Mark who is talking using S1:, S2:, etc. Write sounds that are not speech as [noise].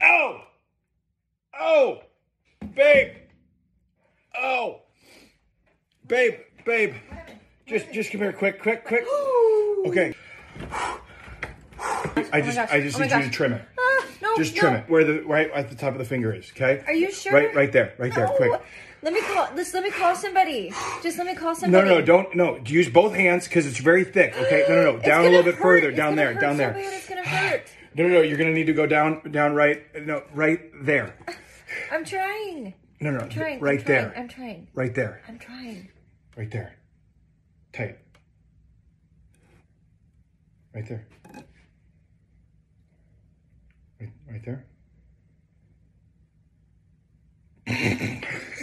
S1: Oh. Oh. Babe, babe, just just come here, quick, quick, quick. Okay. I just
S2: gosh.
S1: I just
S2: Oh my
S1: need you to
S2: gosh.
S1: trim it.
S2: Ah, no,
S1: Just trim
S2: no.
S1: it where the right at the top of the finger is. Okay.
S2: Are you sure?
S1: Right, right there, right there,
S2: No.
S1: quick.
S2: Let me call. Just let me call somebody. Just let me call
S1: No,
S2: somebody.
S1: no, don't no. Use both hands because it's very thick. Okay. No, no, no.
S2: [gasps] It's
S1: Down a
S2: gonna
S1: little bit
S2: hurt.
S1: further.
S2: It's
S1: Down
S2: gonna
S1: there.
S2: hurt
S1: Down
S2: so
S1: there.
S2: bad It's gonna hurt.
S1: [sighs] No, no, no. You're gonna need to go down, down, right. No, right
S2: [laughs]
S1: there.
S2: I'm trying.
S1: No, no,
S2: I'm trying.
S1: right
S2: I'm trying.
S1: there.
S2: I'm trying.
S1: Right there.
S2: I'm trying.
S1: Right there. Tight. Right there. Right, right there.